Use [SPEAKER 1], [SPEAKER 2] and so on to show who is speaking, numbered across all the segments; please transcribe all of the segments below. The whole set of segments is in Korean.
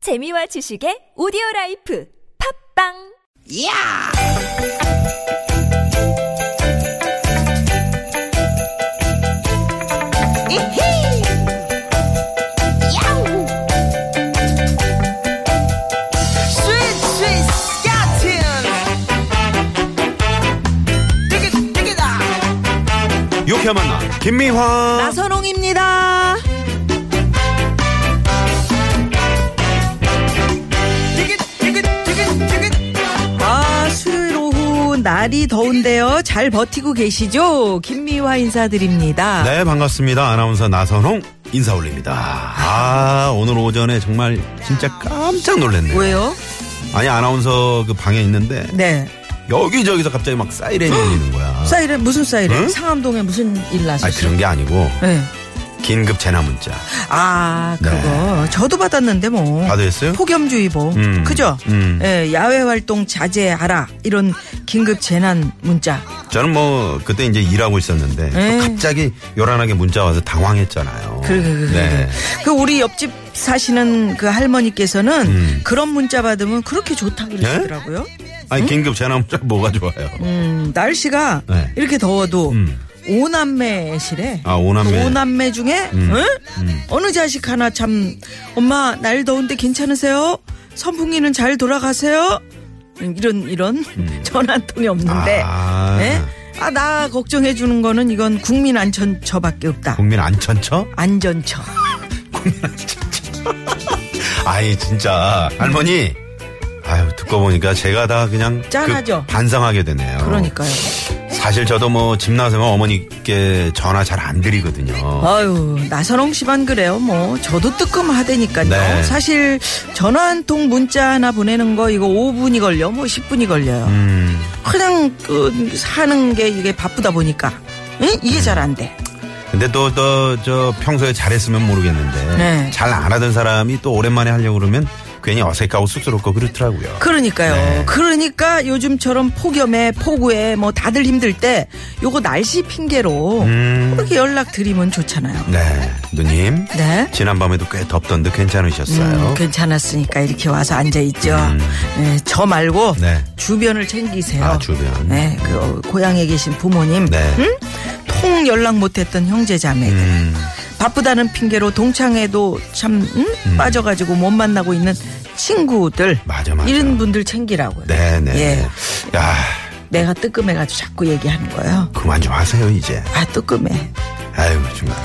[SPEAKER 1] 재미와 지식의 오디오 라이프 팝빵!
[SPEAKER 2] 야! 이히! 야우! 스윗 스윗 야틴! 되게 되게다!
[SPEAKER 3] 유쾌한 만남 김미화
[SPEAKER 2] 나선홍입니다. 되게 되게 되게 되게
[SPEAKER 4] 아, 수요일 오후 날이 더운데요. 잘 버티고 계시죠? 김미화 인사드립니다.
[SPEAKER 3] 네 반갑습니다 아나운서 나선홍 인사 올립니다 아 오늘 오전에 정말 진짜 깜짝 놀랐네요
[SPEAKER 4] 왜요?
[SPEAKER 3] 아니 아나운서 그 방에 있는데
[SPEAKER 4] 네.
[SPEAKER 3] 여기저기서 갑자기 막 사이렌이 울리는 거야
[SPEAKER 4] 사이렌 무슨 사이렌?
[SPEAKER 3] 응?
[SPEAKER 4] 상암동에 무슨 일
[SPEAKER 3] 아
[SPEAKER 4] 나셨어요?
[SPEAKER 3] 그런 게 아니고
[SPEAKER 4] 네.
[SPEAKER 3] 긴급 재난 문자
[SPEAKER 4] 아, 그거 저도 받았는데 뭐.
[SPEAKER 3] 네. 받으셨어요?
[SPEAKER 4] 폭염주의보.
[SPEAKER 3] 음.
[SPEAKER 4] 그죠?
[SPEAKER 3] 음.
[SPEAKER 4] 예, 야외 활동 자제하라. 이런 긴급 재난 문자.
[SPEAKER 3] 저는 뭐 그때 이제 일하고 있었는데 또
[SPEAKER 4] 에이.
[SPEAKER 3] 갑자기 요란하게 문자 와서 당황했잖아요
[SPEAKER 4] 음. 그래, 그래, 그래,
[SPEAKER 3] 네.
[SPEAKER 4] 그래. 그 우리 옆집 사시는 그 할머니께서는
[SPEAKER 3] 음. 네?
[SPEAKER 4] 그런 문자 받으면 그렇게 좋다 그러시더라고요.
[SPEAKER 3] 아니 긴급 재난 문자 뭐가 좋아요
[SPEAKER 4] 음, 날씨가
[SPEAKER 3] 네.
[SPEAKER 4] 이렇게 더워도
[SPEAKER 3] 음.
[SPEAKER 4] 오남매시래.
[SPEAKER 3] 아, 오남매.
[SPEAKER 4] 그 오남매 중에
[SPEAKER 3] 음.
[SPEAKER 4] 응?
[SPEAKER 3] 음.
[SPEAKER 4] 어느 자식 하나 참 엄마 날 더운데 괜찮으세요? 선풍기는 잘 돌아가세요? 음, 이런 이런 전화 한 통이 없는데.
[SPEAKER 3] 아.
[SPEAKER 4] 네? 아, 나 걱정해 주는 거는 이건 국민 안전처밖에 없다.
[SPEAKER 3] 국민 안천처?
[SPEAKER 4] 안전처.
[SPEAKER 3] 아이 진짜 할머니 아유 듣고 보니까 제가 다 그냥
[SPEAKER 4] 짠하죠?
[SPEAKER 3] 그 반성하게 되네요.
[SPEAKER 4] 그러니까요.
[SPEAKER 3] 사실 저도 뭐 집 나서면 어머니께 전화 잘 안 드리거든요.
[SPEAKER 4] 아유, 나선홍 씨만 그래요. 뭐, 저도 뜨끔하다니까요.
[SPEAKER 3] 네.
[SPEAKER 4] 사실, 전화 한 통 문자 하나 보내는 거, 이거 5분이 걸려, 뭐 10분이 걸려요.
[SPEAKER 3] 음,
[SPEAKER 4] 그냥, 그, 사는 게 이게 바쁘다 보니까. 응? 이게 잘 안 돼.
[SPEAKER 3] 근데 또 또 저 평소에 잘했으면 모르겠는데
[SPEAKER 4] 네.
[SPEAKER 3] 잘 안 하던 사람이 또 오랜만에 하려고 그러면 괜히 어색하고 쑥스럽고 그렇더라고요.
[SPEAKER 4] 그러니까요.
[SPEAKER 3] 네.
[SPEAKER 4] 그러니까 요즘처럼 폭염에, 폭우에, 뭐 다들 힘들 때, 요거 날씨 핑계로,
[SPEAKER 3] 음.
[SPEAKER 4] 그렇게 연락 드리면 좋잖아요.
[SPEAKER 3] 네 누님
[SPEAKER 4] 네.
[SPEAKER 3] 지난밤에도 꽤 덥던데 괜찮으셨어요?
[SPEAKER 4] 음, 괜찮았으니까 이렇게 와서 앉아있죠.
[SPEAKER 3] 음.
[SPEAKER 4] 네, 저 말고
[SPEAKER 3] 네.
[SPEAKER 4] 주변을 챙기세요.
[SPEAKER 3] 아, 주변.
[SPEAKER 4] 네, 그 고향에 계신 부모님,
[SPEAKER 3] 네.
[SPEAKER 4] 응? 통 연락 못했던 형제 자매들,
[SPEAKER 3] 음,
[SPEAKER 4] 바쁘다는 핑계로 동창회도 참 응?
[SPEAKER 3] 음.
[SPEAKER 4] 빠져가지고 못 만나고 있는 친구들,
[SPEAKER 3] 맞아 맞아.
[SPEAKER 4] 이런 분들 챙기라고요.
[SPEAKER 3] 네네.
[SPEAKER 4] 예,
[SPEAKER 3] 야
[SPEAKER 4] 내가 뜨끔해가지고 자꾸 얘기하는 거예요.
[SPEAKER 3] 그만 좀 하세요 이제.
[SPEAKER 4] 아 뜨끔해.
[SPEAKER 3] 아유 정말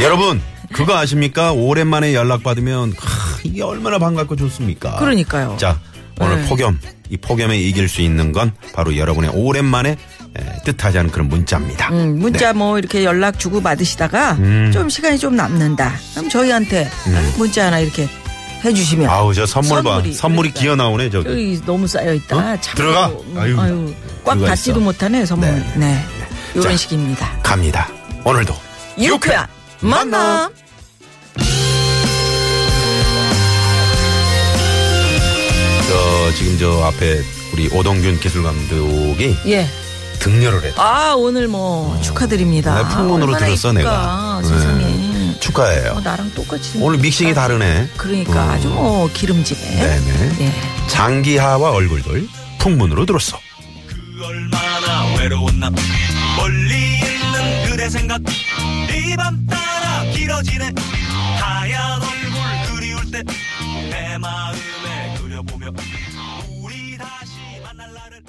[SPEAKER 3] 여러분 그거 아십니까 오랜만에 연락받으면 하, 이게 얼마나 반갑고 좋습니까
[SPEAKER 4] 그러니까요.
[SPEAKER 3] 자 오늘
[SPEAKER 4] 네.
[SPEAKER 3] 폭염 이 폭염에 이길 수 있는 건 바로 여러분의 오랜만에 에, 뜻하지 않은 그런 문자입니다
[SPEAKER 4] 음, 문자 뭐 이렇게 연락 주고 받으시다가
[SPEAKER 3] 네. 음.
[SPEAKER 4] 좀 시간이 좀 남는다. 그럼 저희한테
[SPEAKER 3] 음.
[SPEAKER 4] 문자 하나 이렇게 해주시면.
[SPEAKER 3] 네. 아우 저 선물 봐
[SPEAKER 4] 선물이,
[SPEAKER 3] 선물이,
[SPEAKER 4] 그러니까.
[SPEAKER 3] 기어 나오네 저기
[SPEAKER 4] 여기 너무 쌓여 있다. 뭐, 음,
[SPEAKER 3] 어? 들어가?
[SPEAKER 4] 아유,
[SPEAKER 3] 아유,
[SPEAKER 4] 꽉
[SPEAKER 3] 들어가
[SPEAKER 4] 닫지도
[SPEAKER 3] 있어.
[SPEAKER 4] 못하네 선물.
[SPEAKER 3] 네.
[SPEAKER 4] 네. 이런
[SPEAKER 3] 자.
[SPEAKER 4] 식입니다.
[SPEAKER 3] 갑니다 오늘도
[SPEAKER 4] 유쾌한 만남.
[SPEAKER 3] 저 지금 저 앞에 우리 오동균 기술 감독이
[SPEAKER 4] 예.
[SPEAKER 3] 등려를 했다
[SPEAKER 4] 아 오늘 뭐 축하드립니다.
[SPEAKER 3] 내가 어. 네, 풍문으로
[SPEAKER 4] 얼마나
[SPEAKER 3] 들었어,
[SPEAKER 4] 이쁠까,
[SPEAKER 3] 내가.
[SPEAKER 4] 세상에. 어,
[SPEAKER 3] 축하해요
[SPEAKER 4] 나랑 똑같이.
[SPEAKER 3] 오늘 믹싱이 다르네
[SPEAKER 4] 그러니까
[SPEAKER 3] 음.
[SPEAKER 4] 아주 뭐 기름지네.
[SPEAKER 3] 네네
[SPEAKER 4] 예.
[SPEAKER 3] 장기하와 얼굴들 풍문으로 들었어
[SPEAKER 5] 얼마나 외로웠나 멀리 있는 그대 생각 네 밤 따라 길어지네 하얀 얼굴 그리울 때 내 마음에 그려보며 우리 다시 만날 날을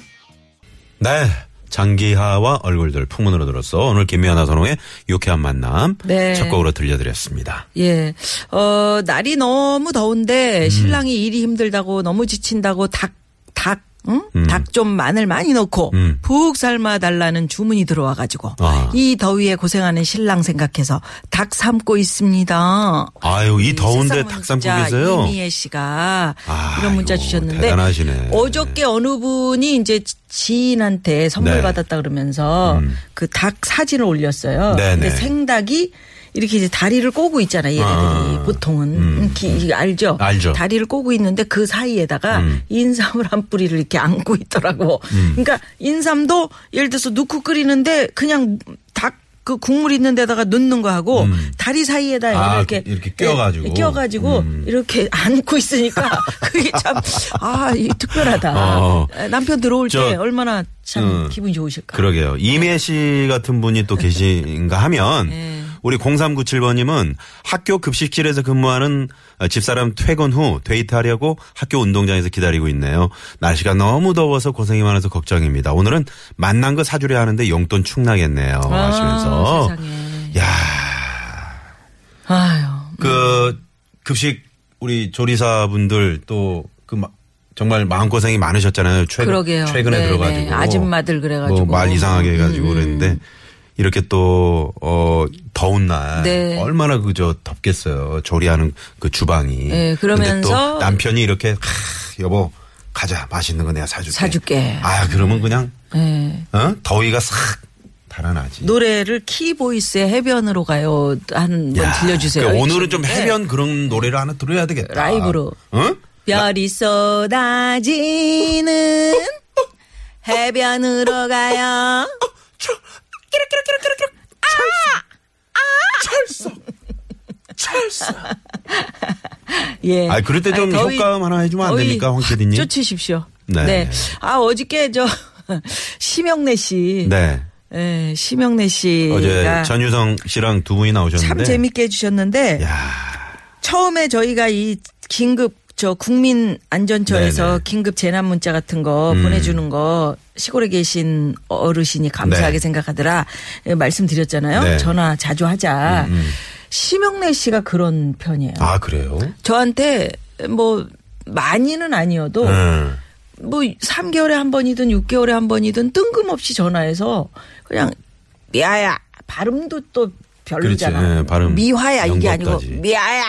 [SPEAKER 3] 네. 장기하와 얼굴들 풍문으로 들었어. 오늘 김미연 아선홍의 유쾌한 만남
[SPEAKER 4] 네.
[SPEAKER 3] 첫 곡으로 들려드렸습니다.
[SPEAKER 4] 예. 어, 날이 너무 더운데
[SPEAKER 3] 음.
[SPEAKER 4] 신랑이 일이 힘들다고 너무 지친다고 닭, 닭, 응? 닭 좀 마늘 많이 넣고
[SPEAKER 3] 음.
[SPEAKER 4] 푹 삶아 달라는 주문이 들어와 가지고
[SPEAKER 3] 아.
[SPEAKER 4] 이 더위에 고생하는 신랑 생각해서 닭 삶고 있습니다.
[SPEAKER 3] 아유, 이 더운데
[SPEAKER 4] 세상
[SPEAKER 3] 닭 삶고
[SPEAKER 4] 문자
[SPEAKER 3] 계세요?
[SPEAKER 4] 음, 이미혜 씨가
[SPEAKER 3] 아,
[SPEAKER 4] 이런 문자
[SPEAKER 3] 아이고,
[SPEAKER 4] 주셨는데
[SPEAKER 3] 대단하시네.
[SPEAKER 4] 어저께 어느 분이 이제 지- 지인한테 선물
[SPEAKER 3] 네. 음.
[SPEAKER 4] 받았다 그러면서 그 닭 사진을 올렸어요.
[SPEAKER 3] 네네.
[SPEAKER 4] 근데 생닭이 이렇게 이제 다리를 꼬고 있잖아 얘네들이
[SPEAKER 3] 아.
[SPEAKER 4] 보통은 음, 기- 알죠?
[SPEAKER 3] 알죠. 음.
[SPEAKER 4] 다리를 꼬고 있는데 그 사이에다가 인삼을 한 뿌리를 이렇게 안고 있더라고. 그러니까 인삼도 예를 들어서 넣고 끓이는데 그냥 닭 그 국물 있는 데다가 넣는 거 하고
[SPEAKER 3] 음.
[SPEAKER 4] 다리 사이에다
[SPEAKER 3] 아,
[SPEAKER 4] 이렇게
[SPEAKER 3] 이렇게 끼워가지고.
[SPEAKER 4] 예, 끼워가지고
[SPEAKER 3] 음.
[SPEAKER 4] 이렇게 안고 있으니까 그게 참아 특별하다. 아,
[SPEAKER 3] 어.
[SPEAKER 4] 남편 들어올
[SPEAKER 3] 저,
[SPEAKER 4] 때 얼마나 참
[SPEAKER 3] 음.
[SPEAKER 4] 기분이 좋으실까.
[SPEAKER 3] 그러게요.
[SPEAKER 4] 네.
[SPEAKER 3] 이매 씨 같은 분이 또 계신가 하면 우리 0397번님은 학교 급식실에서 근무하는 집사람 퇴근 후 데이트하려고 학교 운동장에서 기다리고 있네요. 날씨가 너무 더워서 고생이 많아서 걱정입니다. 오늘은 만난 거 사주려 하는데 용돈 축나겠네요.
[SPEAKER 4] 아,
[SPEAKER 3] 하시면서.
[SPEAKER 4] 세상에.
[SPEAKER 3] 야,
[SPEAKER 4] 아유.
[SPEAKER 3] 그 급식 우리 조리사분들 또 그 정말 마음고생이 많으셨잖아요. 최근,
[SPEAKER 4] 그러게요.
[SPEAKER 3] 최근에
[SPEAKER 4] 네,
[SPEAKER 3] 들어가지고.
[SPEAKER 4] 네. 아줌마들 그래가지고. 음,
[SPEAKER 3] 뭐 말 이상하게 해가지고 그랬는데 이렇게 또, 어, 더운 날.
[SPEAKER 4] 네.
[SPEAKER 3] 얼마나 그저 덥겠어요. 조리하는 그 주방이.
[SPEAKER 4] 네,
[SPEAKER 3] 근데 또
[SPEAKER 4] 그러면서
[SPEAKER 3] 남편이 이렇게, 캬, 여보, 가자. 맛있는 거 내가 사줄게.
[SPEAKER 4] 사줄게.
[SPEAKER 3] 아, 그러면 그냥,
[SPEAKER 4] 예.
[SPEAKER 3] 어? 더위가 싹 달아나지.
[SPEAKER 4] 노래를 키보이스의 해변으로 가요. 한번
[SPEAKER 3] 야,
[SPEAKER 4] 들려주세요.
[SPEAKER 3] 그러니까 오늘은 좀
[SPEAKER 4] 이쯤인데.
[SPEAKER 3] 해변 그런 노래를 하나 들어야 되겠다.
[SPEAKER 4] 라이브로.
[SPEAKER 3] 응?
[SPEAKER 4] 별이 쏟아지는 해변으로 가요. 예.
[SPEAKER 3] 아, 그럴 때 좀
[SPEAKER 4] 예. 네. 아니, 아, 더위-
[SPEAKER 3] 효과음 하나 해주면 안
[SPEAKER 4] 더위
[SPEAKER 3] 됩니까, 황
[SPEAKER 4] 확
[SPEAKER 3] PD님?
[SPEAKER 4] 쫓으십시오.
[SPEAKER 3] 네.
[SPEAKER 4] 네. 아, 어저께 저, 심영래 씨.
[SPEAKER 3] 네.
[SPEAKER 4] 예, 심영래 씨. 아,
[SPEAKER 3] 어제 전유성 씨랑 두 분이 나오셨는데. 예.
[SPEAKER 4] 참 재밌게 해주셨는데.
[SPEAKER 3] 야,
[SPEAKER 4] 처음에 저희가 이 긴급 저 국민 안전처에서
[SPEAKER 3] 네네. 음.
[SPEAKER 4] 긴급 재난 문자 같은 거 보내주는 거 시골에 계신 어르신이 감사하게
[SPEAKER 3] 네.
[SPEAKER 4] 생각하더라 예, 말씀드렸잖아요.
[SPEAKER 3] 네. 음,
[SPEAKER 4] 전화 자주 하자. 심영래 씨가 그런 편이에요.
[SPEAKER 3] 아 그래요?
[SPEAKER 4] 네. 저한테 뭐 많이는 아니어도
[SPEAKER 3] 응.
[SPEAKER 4] 뭐 3개월에 한 번이든 6개월에 한 번이든 뜬금없이 전화해서 그냥 미아야 발음도 또 별로잖아.
[SPEAKER 3] 그렇지, 예, 발음
[SPEAKER 4] 미화야 이게 아니고
[SPEAKER 3] 영어까지.
[SPEAKER 4] 미아야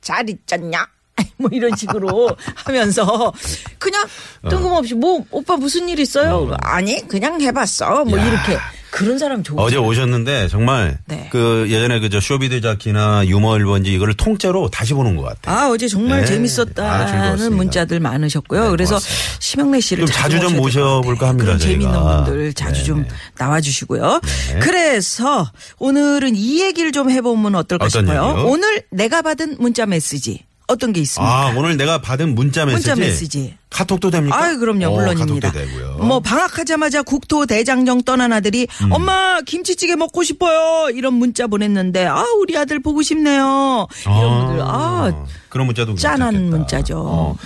[SPEAKER 4] 잘 있잖냐? 뭐 이런 식으로 하면서 그냥
[SPEAKER 3] 어.
[SPEAKER 4] 뜬금없이 뭐 오빠 무슨 일 있어요? 아니 그냥 해봤어. 뭐
[SPEAKER 3] 뭐. 야.
[SPEAKER 4] 이렇게 그런 사람 좋아.
[SPEAKER 3] 어제 오셨는데 정말
[SPEAKER 4] 네.
[SPEAKER 3] 그 예전에 그저 쇼비드 자키나 유머 일본지 이거를 통째로 다시 보는 것 같아요.
[SPEAKER 4] 아 어제 정말
[SPEAKER 3] 네. 아,
[SPEAKER 4] 재밌었다는
[SPEAKER 3] 즐거웠습니다.
[SPEAKER 4] 문자들 많으셨고요.
[SPEAKER 3] 네,
[SPEAKER 4] 그래서
[SPEAKER 3] 고맙습니다.
[SPEAKER 4] 심영래 씨를
[SPEAKER 3] 좀 자주 좀
[SPEAKER 4] 모셔야 될것
[SPEAKER 3] 모셔볼까
[SPEAKER 4] 같아요.
[SPEAKER 3] 합니다,
[SPEAKER 4] 그런
[SPEAKER 3] 저희가.
[SPEAKER 4] 재밌는 분들 자주
[SPEAKER 3] 네,
[SPEAKER 4] 좀
[SPEAKER 3] 네.
[SPEAKER 4] 나와주시고요. 그래서 오늘은 이 얘기를 좀 해보면 어떨까
[SPEAKER 3] 어떤
[SPEAKER 4] 싶어요.
[SPEAKER 3] 얘기요?
[SPEAKER 4] 오늘 내가 받은 문자 메시지 어떤 게 있습니까?
[SPEAKER 3] 아, 오늘 내가 받은 문자 메시지.
[SPEAKER 4] 문자 메시지.
[SPEAKER 3] 카톡도 됩니까?
[SPEAKER 4] 아유 그럼요
[SPEAKER 3] 어,
[SPEAKER 4] 물론입니다.
[SPEAKER 3] 카톡도 되고요.
[SPEAKER 4] 뭐 방학하자마자 국토 대장정 떠난 아들이
[SPEAKER 3] 음.
[SPEAKER 4] 엄마 김치찌개 먹고 싶어요 이런 문자 보냈는데 아 우리 아들 보고 싶네요 이런 분들 아
[SPEAKER 3] 그런 문자도
[SPEAKER 4] 짠한
[SPEAKER 3] 괜찮겠다.
[SPEAKER 4] 문자죠.
[SPEAKER 3] 어.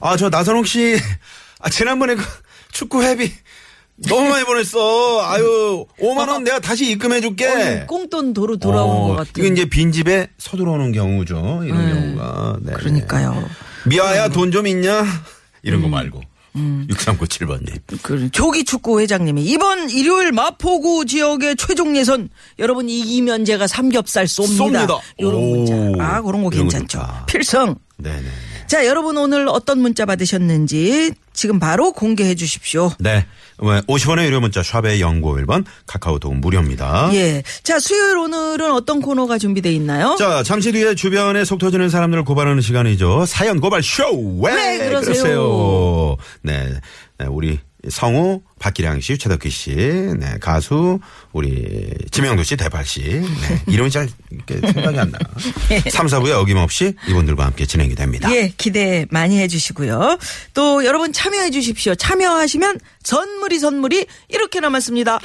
[SPEAKER 3] 아, 저 나선홍 씨. 아, 지난번에 그 축구 회비 너무 많이 보냈어. 아유, 5만 원 내가 다시 입금해 줄게.
[SPEAKER 4] 오늘 꽁돈 도로 어, 돌아온
[SPEAKER 3] 네. 어,
[SPEAKER 4] 것 같은.
[SPEAKER 3] 이건 이제 빈집에 서들어오는 경우죠. 이런 경우가. 네.
[SPEAKER 4] 그러니까요. 음.
[SPEAKER 3] 미아야 돈 좀 있냐? 이런 거 말고. 6397번님. 네,
[SPEAKER 4] 그 조기 축구 회장님이 이번 일요일 마포구 지역의 최종 예선 여러분 이기면 제가 삼겹살 쏩니다.
[SPEAKER 3] 쏩니다.
[SPEAKER 4] 요런
[SPEAKER 3] 오.
[SPEAKER 4] 문자. 아, 그런
[SPEAKER 3] 이런 거
[SPEAKER 4] 거 괜찮죠.
[SPEAKER 3] 좋다.
[SPEAKER 4] 필승.
[SPEAKER 3] 네네.
[SPEAKER 4] 자, 여러분 오늘 어떤 문자 받으셨는지 지금 바로 공개해 주십시오.
[SPEAKER 3] 네. 50원의 유료 문자 샵의 영고 1번 카카오톡 무료입니다.
[SPEAKER 4] 예. 자, 수요일 오늘은 어떤 코너가 준비돼 있나요?
[SPEAKER 3] 자, 잠시 뒤에 주변에 속 터지는 사람들을 고발하는 시간이죠. 사연 고발 쇼! 왜,
[SPEAKER 4] 왜 그러세요?
[SPEAKER 3] 네. 네, 우리 성우, 박기량 씨, 최덕기 씨, 네, 가수, 우리 지명도 씨, 대팔 씨. 네, 이름이 잘 이렇게 생각이 안 나. 3, 4부에 어김없이 이분들과 함께 진행이 됩니다.
[SPEAKER 4] 예, 기대 많이 해주시고요. 또 여러분 참여해 주십시오. 참여하시면 선물이 선물이 이렇게 남았습니다.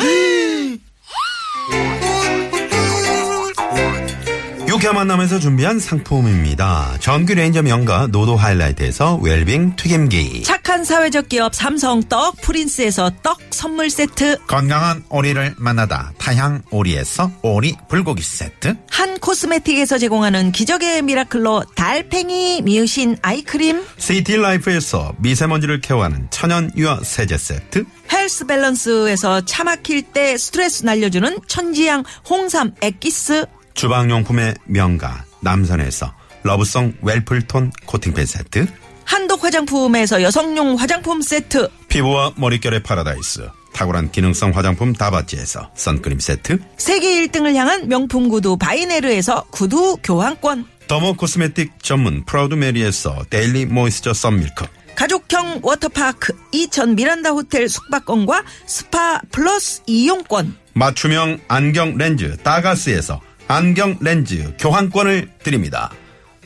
[SPEAKER 3] 유쾌 만남에서 준비한 상품입니다. 전규 레인저 명가 노도 하이라이트에서 웰빙 튀김기.
[SPEAKER 4] 착한 사회적 기업 삼성 떡 프린스에서 떡 선물 세트
[SPEAKER 3] 건강한 오리를 만나다 타향 오리에서 오리 불고기 세트.
[SPEAKER 4] 한 코스메틱에서 제공하는 기적의 미라클로 달팽이 미으신 아이크림
[SPEAKER 3] 시티 라이프에서 미세먼지를 케어하는 천연 유화 세제 세트.
[SPEAKER 4] 헬스 밸런스에서 차 막힐 때 스트레스 날려주는 천지향 홍삼 액기스
[SPEAKER 3] 주방용품의 명가 남선에서 러브송 웰플톤 코팅팬 세트.
[SPEAKER 4] 한독 화장품에서 여성용 화장품 세트
[SPEAKER 3] 피부와 머릿결의 파라다이스. 탁월한 기능성 화장품 다바지에서 선크림 세트.
[SPEAKER 4] 세계 1등을 향한 명품 구두 바이네르에서 구두 교환권
[SPEAKER 3] 더모 코스메틱 전문 프라우드 메리에서 데일리 모이스처 썬밀크.
[SPEAKER 4] 가족형 워터파크 이천 미란다 호텔 숙박권과 스파 플러스 이용권
[SPEAKER 3] 맞춤형 안경 렌즈 따가스에서 안경 렌즈 교환권을 드립니다.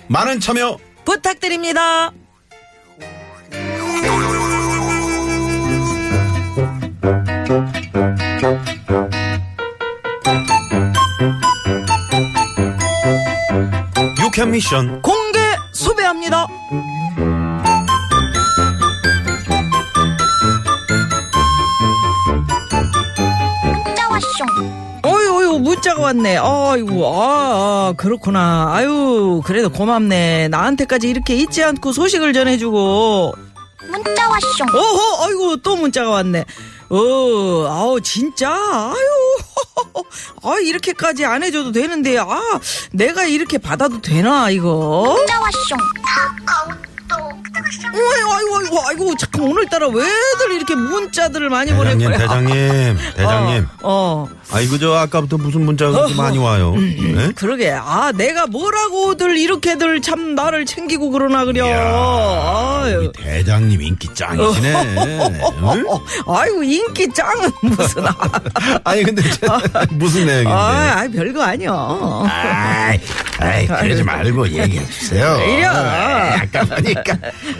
[SPEAKER 3] 많은 참여
[SPEAKER 4] 부탁드립니다.
[SPEAKER 3] 유캔 미션
[SPEAKER 4] 공개 수배합니다. 어유 어유 문자가 왔네. 아이고 아, 아 그렇구나. 아유 그래도 고맙네. 나한테까지 이렇게 잊지 않고 소식을 전해주고. 문자 왔쇼. 어허 아이고 또 문자가 왔네. 어 아우 진짜 아유 아 이렇게까지 안 해줘도 되는데 아 내가 이렇게 받아도 되나 이거. 어이, 아이고 아이고 아이고 잠깐 오늘따라 왜들 이렇게 문자들을 많이 보내
[SPEAKER 3] 대장님
[SPEAKER 4] 거야.
[SPEAKER 3] 대장님 대장님
[SPEAKER 4] 어. 어.
[SPEAKER 3] 아이고 저 아까부터 무슨 문자가 그렇게 많이
[SPEAKER 4] 음,
[SPEAKER 3] 와요. 예?
[SPEAKER 4] 그러게 아 내가 뭐라고들 이렇게들 참 나를 챙기고 그러나 그려
[SPEAKER 3] 이야,
[SPEAKER 4] 아유.
[SPEAKER 3] 우리 대장님 인기 짱이시네.
[SPEAKER 4] 어.
[SPEAKER 3] 응?
[SPEAKER 4] 아이고 인기 짱은 무슨 아,
[SPEAKER 3] 아니 근데 저- 무슨 내용인데?
[SPEAKER 4] 아, 아이, 별거 어. 아니야
[SPEAKER 3] 아이, 아이, 그러지 말고 얘기해 주세요.
[SPEAKER 4] 이려.
[SPEAKER 3] 아이, 아까 보니까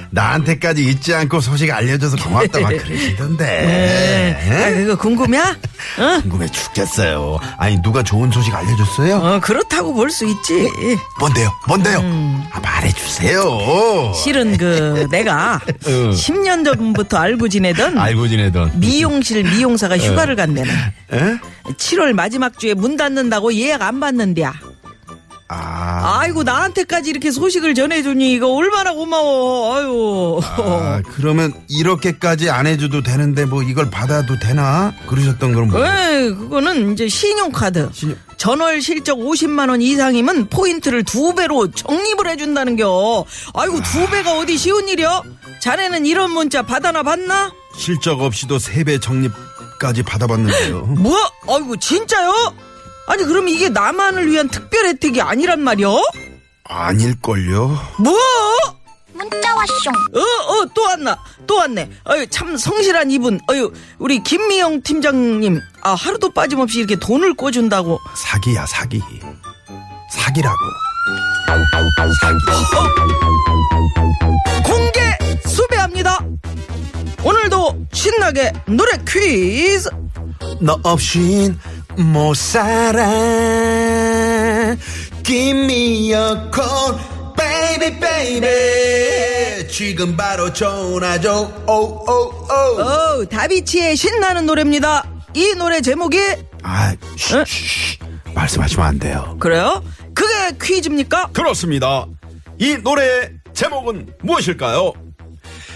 [SPEAKER 3] 나한테까지 잊지 않고 소식 알려줘서 고맙다 막 네.
[SPEAKER 4] 에, 아
[SPEAKER 3] 그러시던데.
[SPEAKER 4] 그거 궁금해?
[SPEAKER 3] 궁금해 죽겠어요. 아니 누가 좋은 소식 알려줬어요?
[SPEAKER 4] 어 그렇다고 볼 수 있지
[SPEAKER 3] 뭔데요? 뭔데요?
[SPEAKER 4] 음.
[SPEAKER 3] 아, 말해 주세요.
[SPEAKER 4] 실은 그 내가
[SPEAKER 3] 응.
[SPEAKER 4] 10년 전부터 알고 지내던
[SPEAKER 3] 알고 지내던.
[SPEAKER 4] 미용실 미용사가 휴가를 간대네
[SPEAKER 3] 에?
[SPEAKER 4] 7월 마지막 주에 문 닫는다고 예약 안 받는데야
[SPEAKER 3] 아,
[SPEAKER 4] 아이고 나한테까지 이렇게 소식을 전해주니 이거 얼마나 고마워 아유
[SPEAKER 3] 아, 그러면 이렇게까지 안 해줘도 되는데 뭐 이걸 받아도 되나? 그러셨던 건 뭐?
[SPEAKER 4] 에이, 예, 그거는 이제 신용카드.
[SPEAKER 3] 신용-
[SPEAKER 4] 전월 실적 50만 원 이상이면 포인트를 두 배로 적립을 해준다는 겨. 아이고 두 배가 어디 쉬운 일이여? 자네는 이런 문자 받아나 봤나?
[SPEAKER 3] 실적 없이도 세배 적립까지 받아봤는데요.
[SPEAKER 4] 뭐? 아이고 진짜요? 아니 그럼 이게 나만을 위한 특별 혜택이 아니란 말이여?
[SPEAKER 3] 아닐걸요?
[SPEAKER 4] 뭐? 문자 왔쇼. 어, 어, 또 왔나? 또 왔네. 어유, 참 성실한 이분. 어유, 우리 김미영 팀장님. 아, 하루도 빠짐없이 이렇게 돈을 꿔준다고.
[SPEAKER 3] 사기야, 사기. 사기라고.
[SPEAKER 4] 공개 수배합니다. 오늘도 신나게 노래 퀴즈.
[SPEAKER 3] 너 없인 못 살아. Give me a call, baby, baby. 지금 바로 전화 줘. Oh, 오, 오, 오.
[SPEAKER 4] 오, 다비치의 신나는 노래입니다. 이 노래 제목이
[SPEAKER 3] 아, 쉬, 쉬, 쉬. 말씀하시면 안 돼요.
[SPEAKER 4] 그래요? 그게 퀴즈입니까?
[SPEAKER 3] 그렇습니다. 이 노래의 제목은 무엇일까요?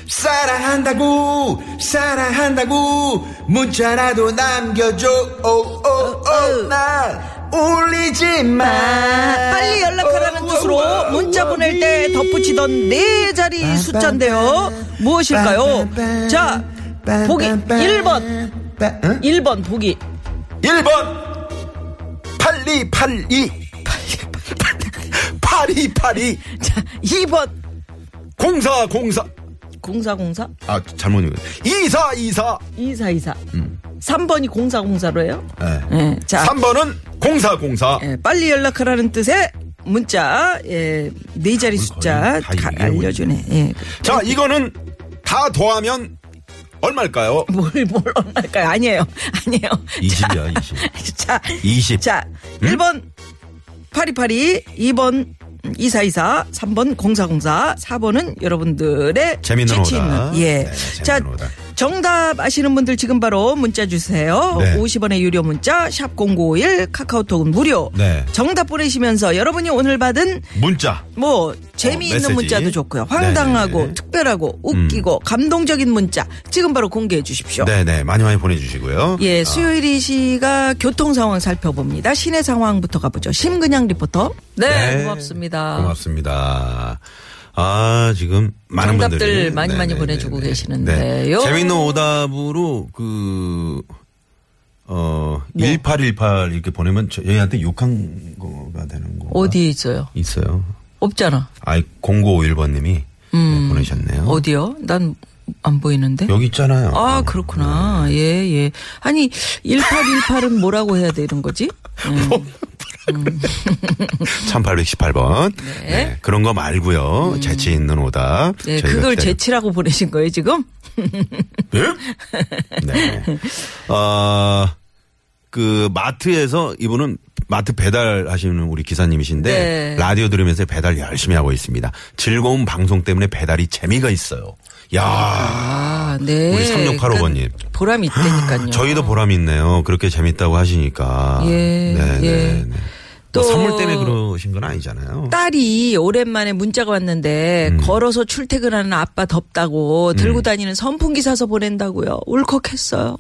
[SPEAKER 3] 사랑한다고 사랑한다고 문자라도 남겨줘 오오오 나 울리지 마
[SPEAKER 4] 아, 빨리 연락하라는 뜻으로 문자 보낼 때 덧붙이던 네 자리 숫자인데요. 무엇일까요? 자, 보기 1번. 1번 보기.
[SPEAKER 3] 1번 8282 8282
[SPEAKER 4] 자, 2번.
[SPEAKER 3] 0404
[SPEAKER 4] 0404?
[SPEAKER 3] 아 잘못 읽었네 2424
[SPEAKER 4] 2424.
[SPEAKER 3] 음.
[SPEAKER 4] 3번이 0404로 해요? 네. 자,
[SPEAKER 3] 3번은 0404
[SPEAKER 4] 예, 빨리 연락하라는 뜻의 문자 예, 네 자리 숫자
[SPEAKER 3] 거의 다
[SPEAKER 4] 가-
[SPEAKER 3] 얘기하고
[SPEAKER 4] 알려주네. 예.
[SPEAKER 3] 자, 이거는 다 더하면 얼마일까요?
[SPEAKER 4] 뭘뭘 할까요? 아니에요, 아니에요.
[SPEAKER 3] 20이야, 20.
[SPEAKER 4] 자,
[SPEAKER 3] 20.
[SPEAKER 4] 자,
[SPEAKER 3] 음?
[SPEAKER 4] 1번 8282, 2번 2424, 3번 0404, 4번은 여러분들의
[SPEAKER 3] 재밌는
[SPEAKER 4] 재치 있는,
[SPEAKER 3] 오다. 네,
[SPEAKER 4] 예.
[SPEAKER 3] 재밌는
[SPEAKER 4] 자,
[SPEAKER 3] 오다.
[SPEAKER 4] 정답 아시는 분들 지금 바로 문자 주세요.
[SPEAKER 3] 네.
[SPEAKER 4] 50원의 유료 문자 샵 #0951 카카오톡은 무료.
[SPEAKER 3] 네.
[SPEAKER 4] 정답 보내시면서 여러분이 오늘 받은
[SPEAKER 3] 문자.
[SPEAKER 4] 뭐 재미있는
[SPEAKER 3] 어, 메시지.
[SPEAKER 4] 문자도 좋고요. 황당하고
[SPEAKER 3] 네네네. 음.
[SPEAKER 4] 특별하고 웃기고 감동적인 문자 지금 바로 공개해 주십시오.
[SPEAKER 3] 네네, 많이 많이 보내주시고요. 아,
[SPEAKER 4] 예, 수요일이 씨가 교통 상황 살펴봅니다. 시내 상황부터 가보죠. 심근양 리포터. 네,
[SPEAKER 3] 네.
[SPEAKER 4] 고맙습니다.
[SPEAKER 3] 고맙습니다. 아, 지금 많은
[SPEAKER 4] 정답들
[SPEAKER 3] 분들이 네네네네.
[SPEAKER 4] 많이
[SPEAKER 3] 네.
[SPEAKER 4] 많이 보내주고 계시는데요.
[SPEAKER 3] 재밌는 오답으로 그, 어,
[SPEAKER 4] 네.
[SPEAKER 3] 1818 이렇게 보내면 저희한테 욕한 거가 되는 거.
[SPEAKER 6] 어디 있어요?
[SPEAKER 3] 있어요.
[SPEAKER 6] 없잖아.
[SPEAKER 4] 음.
[SPEAKER 3] 아이, 0951번님이 보내셨네요.
[SPEAKER 6] 어디요? 난
[SPEAKER 4] 안 보이는데?
[SPEAKER 3] 여기 어? 있잖아요. 네.
[SPEAKER 4] 아, 그렇구나. 예, 예. 아니, 1818은 뭐라고 해야 돼, 이런 거지? 음.
[SPEAKER 3] 1818번. 네. 그런 거 말고요. 재치 있는 오답.
[SPEAKER 4] 음. 네,
[SPEAKER 3] 저희가
[SPEAKER 4] 그걸
[SPEAKER 3] 기다리고
[SPEAKER 4] 제치라고 보내신 거예요, 지금?
[SPEAKER 3] 네. 어, 그 마트에서 이분은 마트 배달 하시는 우리 기사님이신데
[SPEAKER 4] 네.
[SPEAKER 3] 라디오 들으면서 배달 열심히 하고 있습니다. 즐거운 방송 때문에 배달이 재미가 있어요. 야
[SPEAKER 4] 아, 네.
[SPEAKER 3] 우리 3685 번님.
[SPEAKER 4] 보람이 있다니까요.
[SPEAKER 3] 저희도 보람이 있네요. 그렇게 재밌다고 하시니까.
[SPEAKER 4] 예,
[SPEAKER 3] 네,
[SPEAKER 4] 예.
[SPEAKER 3] 네, 네.
[SPEAKER 4] 또-
[SPEAKER 3] 또 선물 때문에 그러신 건 아니잖아요.
[SPEAKER 4] 딸이 오랜만에 문자가 왔는데
[SPEAKER 3] 음.
[SPEAKER 4] 걸어서 출퇴근하는 아빠 덥다고 들고 다니는 선풍기 사서 보낸다고요. 울컥했어요.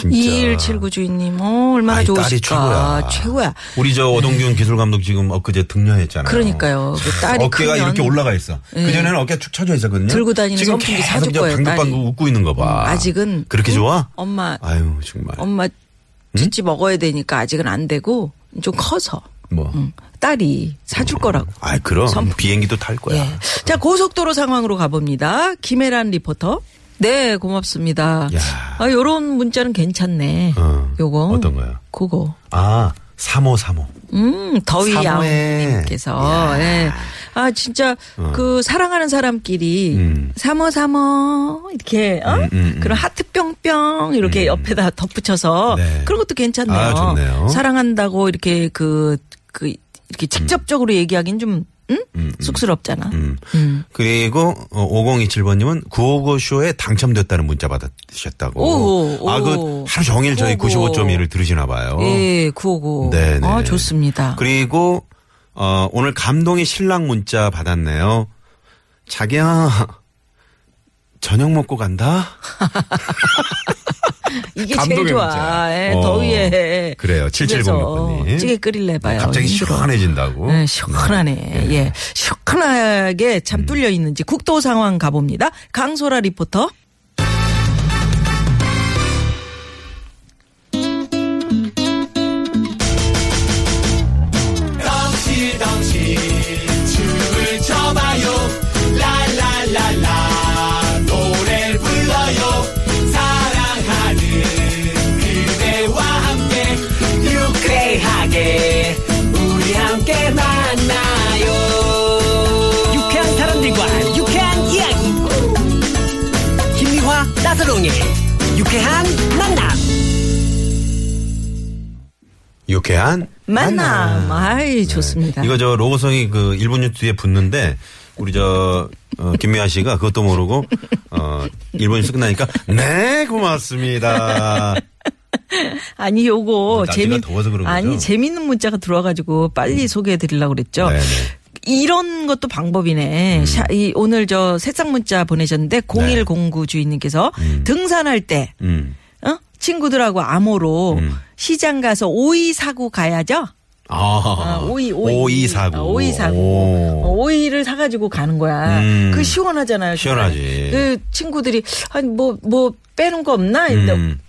[SPEAKER 3] 진짜.
[SPEAKER 4] 2179 주인님, 어, 얼마나
[SPEAKER 3] 아이,
[SPEAKER 4] 좋으실까.
[SPEAKER 3] 딸이 최고야.
[SPEAKER 4] 최고야. 네.
[SPEAKER 3] 우리 저 오동균 기술 감독 지금 엊그제 등려했잖아요.
[SPEAKER 4] 그러니까요. 그 딸이
[SPEAKER 3] 어깨가
[SPEAKER 4] 크면 네.
[SPEAKER 3] 이렇게 올라가 있어. 그 전에는 어깨 가축 쳐져 있었거든요.
[SPEAKER 4] 들고 다니는
[SPEAKER 3] 지금
[SPEAKER 4] 선풍기
[SPEAKER 3] 계속
[SPEAKER 4] 사줄
[SPEAKER 3] 저
[SPEAKER 4] 거예요,
[SPEAKER 3] 방긋방긋
[SPEAKER 4] 딸이. 음,
[SPEAKER 3] 웃고 있는 거 봐.
[SPEAKER 4] 아직은
[SPEAKER 3] 그렇게
[SPEAKER 4] 응?
[SPEAKER 3] 좋아?
[SPEAKER 4] 엄마
[SPEAKER 3] 아유 정말.
[SPEAKER 4] 엄마 찌찌 먹어야 되니까 아직은 안 되고 좀 커서
[SPEAKER 3] 뭐.
[SPEAKER 4] 응. 딸이 사줄 거라고.
[SPEAKER 3] 음. 아이 그럼
[SPEAKER 4] 음. 선풍기.
[SPEAKER 3] 비행기도 탈 거야.
[SPEAKER 4] 예. 자, 고속도로 상황으로 가봅니다. 김혜란 리포터. 네, 고맙습니다.
[SPEAKER 3] 야.
[SPEAKER 4] 아, 요런 문자는 괜찮네.
[SPEAKER 3] 어.
[SPEAKER 4] 요거.
[SPEAKER 3] 어떤 거요?
[SPEAKER 4] 그거.
[SPEAKER 3] 아 3535.
[SPEAKER 4] 음, 더위
[SPEAKER 3] 사모해.
[SPEAKER 4] 야옹님께서.
[SPEAKER 3] 야. 어.
[SPEAKER 4] 예. 아, 진짜, 그, 사랑하는 사람끼리,
[SPEAKER 3] 음.
[SPEAKER 4] 사모, 사모, 이렇게, 어?
[SPEAKER 3] 음, 음, 음.
[SPEAKER 4] 그런 하트 뿅뿅, 이렇게 옆에다 덧붙여서,
[SPEAKER 3] 네.
[SPEAKER 4] 그런 것도 괜찮네요.
[SPEAKER 3] 아, 좋네요.
[SPEAKER 4] 사랑한다고, 이렇게, 그, 그, 이렇게 직접적으로 얘기하긴 좀, 응? 쑥스럽잖아.
[SPEAKER 3] 음. 그리고 5027번님은 955쇼에 당첨됐다는 문자 받으셨다고.
[SPEAKER 4] 오호,
[SPEAKER 3] 아, 그
[SPEAKER 4] 오호.
[SPEAKER 3] 하루 종일 저희
[SPEAKER 4] 오호.
[SPEAKER 3] 95.1을 들으시나 봐요.
[SPEAKER 4] 예, 955.
[SPEAKER 3] 어. 네, 네.
[SPEAKER 4] 아, 좋습니다.
[SPEAKER 3] 그리고 어, 오늘 감동의 신랑 문자 받았네요. 자기야 저녁 먹고 간다.
[SPEAKER 4] 이게 제일
[SPEAKER 3] 감동의
[SPEAKER 4] 좋아.
[SPEAKER 3] 문자야.
[SPEAKER 4] 예,
[SPEAKER 3] 어,
[SPEAKER 4] 더위에.
[SPEAKER 3] 그래요.
[SPEAKER 4] 집에서
[SPEAKER 3] 7706번님.
[SPEAKER 4] 찌개 끓일래 봐요.
[SPEAKER 3] 갑자기
[SPEAKER 4] 힘들어.
[SPEAKER 3] 시원해진다고. 음.
[SPEAKER 4] 네, 시원하네. 예. 시원하게 참 뚫려 있는지 국도 상황 가봅니다. 강소라 리포터.
[SPEAKER 6] 유쾌한 사람들과 유쾌한 이야기 김미화 나서롱의 유쾌한 만남
[SPEAKER 3] 유쾌한
[SPEAKER 4] 만남. 아이, 좋습니다.
[SPEAKER 3] 네. 이거 저 로고송이 그 1분 뉴스 뒤에 붙는데 우리 저 어, 김미아 씨가 그것도 모르고 어 1분 뉴스 끝나니까 네 고맙습니다.
[SPEAKER 4] 아니, 요거
[SPEAKER 3] 날씨가
[SPEAKER 4] 재미
[SPEAKER 3] 뭐 더워서 그런
[SPEAKER 4] 아니,
[SPEAKER 3] 거죠? 음.
[SPEAKER 4] 재밌는 문자가 들어와 가지고 빨리 소개해 드리려고 그랬죠.
[SPEAKER 3] 네네. 음.
[SPEAKER 4] 이런 것도 방법이네. 샤, 이, 오늘 저 새싹 문자 보내셨는데
[SPEAKER 3] 네.
[SPEAKER 4] 0109 주인님께서 등산할 때
[SPEAKER 3] 음.
[SPEAKER 4] 어? 친구들하고 암호로 시장 가서 오이 사고 가야죠.
[SPEAKER 3] 아,
[SPEAKER 4] 아, 오이, 오이.
[SPEAKER 3] 오이 사고.
[SPEAKER 4] 아, 오이 사고. 어,
[SPEAKER 3] 오.
[SPEAKER 4] 오이를 사가지고 가는 거야.
[SPEAKER 3] 음.
[SPEAKER 4] 그 시원하잖아요. 정말.
[SPEAKER 3] 시원하지.
[SPEAKER 4] 그 친구들이, 아니, 뭐, 뭐, 빼는 거 없나? 이랬는데
[SPEAKER 3] 음.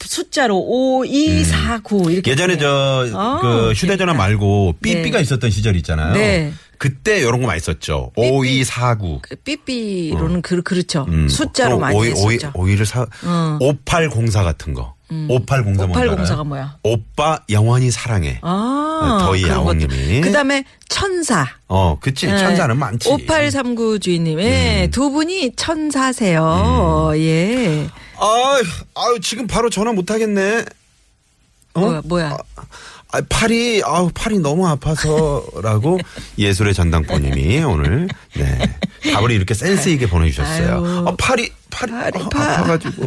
[SPEAKER 4] 숫자로 오이사구 이렇게.
[SPEAKER 3] 예전에
[SPEAKER 4] 했네요.
[SPEAKER 3] 저,
[SPEAKER 4] 아,
[SPEAKER 3] 그, 휴대전화 말고,
[SPEAKER 4] 네.
[SPEAKER 3] 삐삐가 있었던 시절 있잖아요.
[SPEAKER 4] 네.
[SPEAKER 3] 그때 이런 거 많이 썼죠. 오이 사구.
[SPEAKER 4] 그 삐삐로는 그, 그렇죠. 숫자로
[SPEAKER 3] 어. 음. 오-
[SPEAKER 4] 많이
[SPEAKER 3] 오이,
[SPEAKER 4] 했었죠.
[SPEAKER 3] 오이, 오이를 사,
[SPEAKER 4] 어.
[SPEAKER 3] 5804 같은 거. 5804 뭔지
[SPEAKER 4] 5804 가
[SPEAKER 3] 알아요?
[SPEAKER 4] 뭐야?
[SPEAKER 3] 오빠 영원히 사랑해.
[SPEAKER 4] 아,
[SPEAKER 3] 더이
[SPEAKER 4] 그런 것도.
[SPEAKER 3] 야옹님이.
[SPEAKER 4] 그다음에 천사.
[SPEAKER 3] 어, 그치.
[SPEAKER 4] 네.
[SPEAKER 3] 천사는 많지. 예.
[SPEAKER 4] 5839 예. 주인님의 두 분이 천사세요. 예.
[SPEAKER 3] 아유, 아유, 지금 바로 전화 못 하겠네. 어?
[SPEAKER 4] 뭐야, 뭐야.
[SPEAKER 3] 아, 팔이, 아우, 팔이 너무 아파서라고 예술의 전당포님이 오늘, 네. 답을 이렇게 센스있게 보내주셨어요.
[SPEAKER 4] 아유.
[SPEAKER 3] 아, 팔이, 팔이,
[SPEAKER 4] 팔이
[SPEAKER 3] 아,
[SPEAKER 4] 파.
[SPEAKER 3] 아파가지고.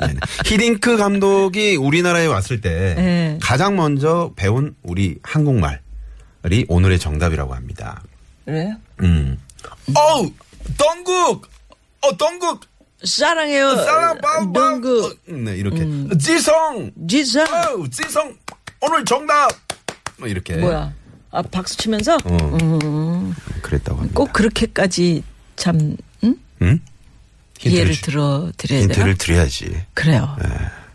[SPEAKER 3] 네네. 히딩크 감독이 우리나라에 왔을 때
[SPEAKER 4] 네.
[SPEAKER 3] 가장 먼저 배운 우리 한국말이 오늘의 정답이라고 합니다.
[SPEAKER 4] 그래요?
[SPEAKER 3] 음. 어우, 덩국! 어, 덩국!
[SPEAKER 4] 사랑해요.
[SPEAKER 3] 사랑방
[SPEAKER 4] 농구.
[SPEAKER 3] 네, 이렇게.
[SPEAKER 4] 음.
[SPEAKER 3] 지성!
[SPEAKER 4] 지성.
[SPEAKER 3] 어우, 지성! 오늘 정답! 뭐 이렇게.
[SPEAKER 4] 뭐야? 아 박수 치면서
[SPEAKER 3] 어. 그랬다고 합니다.
[SPEAKER 4] 꼭 그렇게까지 참 응?
[SPEAKER 3] 응? 힌트를
[SPEAKER 4] 이해를
[SPEAKER 3] 주-
[SPEAKER 4] 들어 드려야 돼요.
[SPEAKER 3] 힌트를 드려야지.
[SPEAKER 4] 그래요.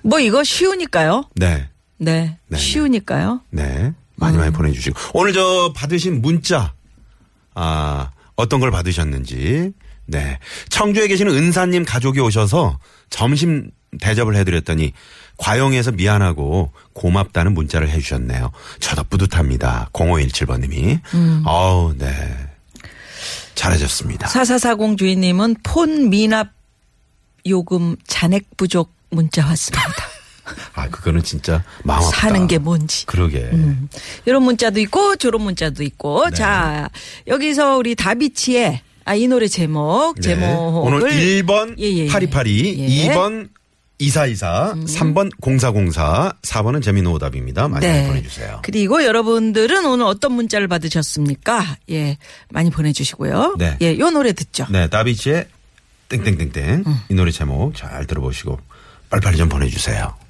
[SPEAKER 4] 뭐 이거 쉬우니까요.
[SPEAKER 3] 네.
[SPEAKER 4] 네,
[SPEAKER 3] 네.
[SPEAKER 4] 쉬우니까요. 음.
[SPEAKER 3] 네. 많이 많이 보내주시고. 오늘 저 받으신 문자, 아, 어떤 걸 받으셨는지. 네. 청주에 계시는 은사님 가족이 오셔서 점심 대접을 해드렸더니 과용해서 미안하고 고맙다는 문자를 해주셨네요. 저도 뿌듯합니다. 0517번님이.
[SPEAKER 4] 음.
[SPEAKER 3] 어우, 네. 잘하셨습니다.
[SPEAKER 4] 4440 주인님은 폰 미납 요금 잔액 부족 문자 왔습니다.
[SPEAKER 3] 아, 그거는 진짜 마음 아프다.
[SPEAKER 4] 사는 게 음. 뭔지.
[SPEAKER 3] 그러게.
[SPEAKER 4] 이런 문자도 있고 저런 문자도 있고
[SPEAKER 3] 네.
[SPEAKER 4] 자 여기서 우리 다비치의 아 이 노래 제목
[SPEAKER 3] 네.
[SPEAKER 4] 제목을
[SPEAKER 3] 오늘 1번 8282,
[SPEAKER 4] 예. 음.
[SPEAKER 3] 2번 2424, 3번 0404, 4번은 재미노 오답입니다. 많이 많이 보내주세요.
[SPEAKER 4] 네. 그리고 여러분들은 오늘 어떤 문자를 받으셨습니까? 예 많이 보내주시고요.
[SPEAKER 3] 네.
[SPEAKER 4] 예요 노래 듣죠.
[SPEAKER 3] 네,
[SPEAKER 4] 음.
[SPEAKER 3] 다비치의 땡땡땡땡 이 노래 제목 잘 들어보시고 빨리빨리 좀 보내주세요. 네.